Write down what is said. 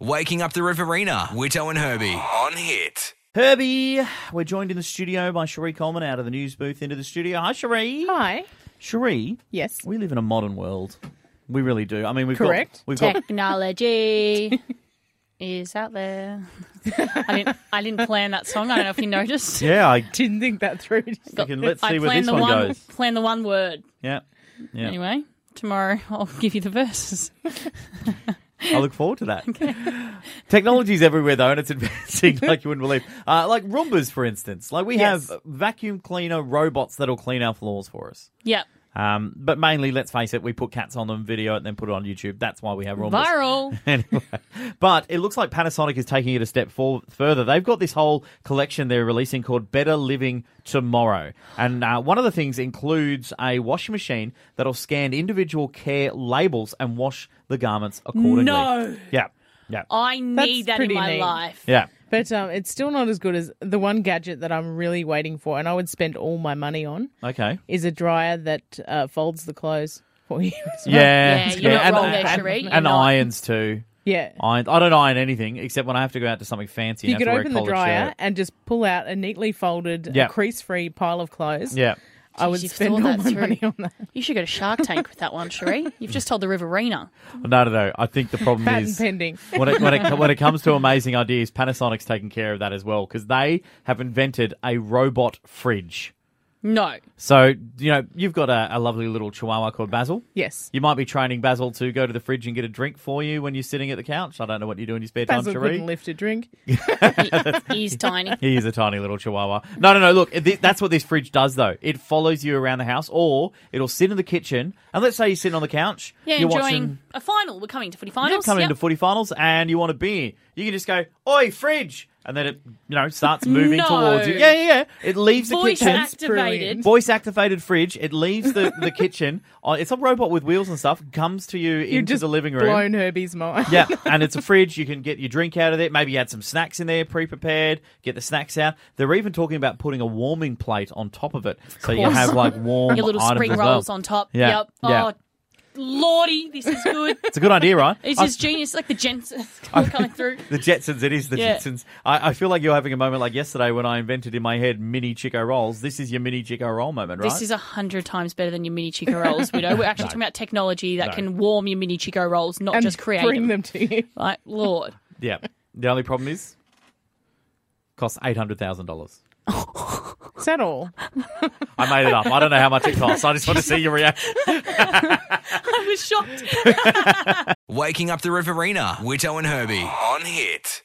Waking up the Riverina, Witto and Herbie on Hit. Herbie, we're joined in the studio by Cherie Coleman out of the news booth into the studio. Hi, Cherie. Hi. Cherie, Yes. we live in a modern world. We really do. I mean, we've Correct. got we've got Technology is out there. I didn't. I didn't plan that song. I don't know if you noticed. yeah, I Didn't think that through. Got- Fucking let's I see where this planned the one one goes. Plan the one word. yeah. Yeah. Anyway, tomorrow I'll give you the verses. I look forward to that. Technology's everywhere though, and it's advancing like you wouldn't believe. Uh, like Roombas, for instance. Like we Yes. have vacuum cleaner robots that'll clean our floors for us. Yep. Um, but mainly, let's face it, we put cats on them, video it, and then put it on YouTube. That's why we have Roombas. Viral. anyway, but it looks like Panasonic is taking it a step for, further. They've got this whole collection they're releasing called Better Living Tomorrow. And uh, one of the things includes a washing machine that'll scan individual care labels and wash the garments accordingly. No. Yeah. Yeah. I need that in pretty my neat. life. Yeah. But um, it's still not as good as the one gadget that I'm really waiting for, and I would spend all my money on Okay. is a dryer that uh, folds the clothes for you. As well. Yeah. Yeah, you're not And, wrong there, and- Cherie. You're and not. irons too. yeah. Irons. I don't iron anything except when I have to go out to something fancy. You and could Oh, have to open wear the a collared dryer shirt. and just pull out a neatly folded, Yeah. crease-free pile of clothes. Yeah. I would Jeez, you've spend all thought my that through. money on that. You should go to Shark Tank with that one, Cherie. You've just told the Riverina. No, no, no. I think the problem Patent is pending. when it, when it when it comes to amazing ideas, Panasonic's taking care of that as well because they have invented a robot fridge. No. So you know you've got a, a lovely little Chihuahua called Basil. Yes. You might be training Basil to go to the fridge and get a drink for you when you're sitting at the couch. I don't know what you do in your spare time, Basil Cherie. couldn't lift a drink. He is tiny. He is a tiny little chihuahua. No, no, no. Look, th- that's what this fridge does, though. It follows you around the house, or it'll sit in the kitchen. And let's say you're sitting on the couch. Yeah, you're enjoying watching a final. We're coming to footy You're finals. coming Yep. into footy finals and you want a beer, you can just go, "Oi, fridge," and then it you know starts moving No. towards you. Yeah, yeah, yeah. It leaves Voice the kitchen. activated. Voice activated fridge. It leaves the, the kitchen. Oh, It's a robot with wheels and stuff. Comes to you You've into just the living room. blown Herbie's mind. yeah, and it's a fridge. You can get your drink out of there. Maybe you had some snacks in there pre-prepared. Get the snacks out. They're even talking about putting a warming plate on top of it, so you course. have like warm Your little items spring as well. rolls on top. Yeah, Yep. yeah. Oh, lordy, this is good. It's a good idea, right? It's I- just genius, like the Jensen coming through. The Jetsons, it is the Yeah. Jetsons. I, I feel like you're having a moment like yesterday when I invented in my head mini Chico rolls. This is your mini Chico roll moment, right? This is a hundred times better than your mini Chico rolls, widow. We're actually talking about technology that No. can warm your mini Chico rolls, not And just create bring them them. to you. Like, Lord, yeah. The only problem is, costs eight hundred thousand dollars. Is that all? I made it up. I don't know how much it costs. I just want to see your reaction. I was shocked. Waking up the Riverina, Witto and Herbie on Hit.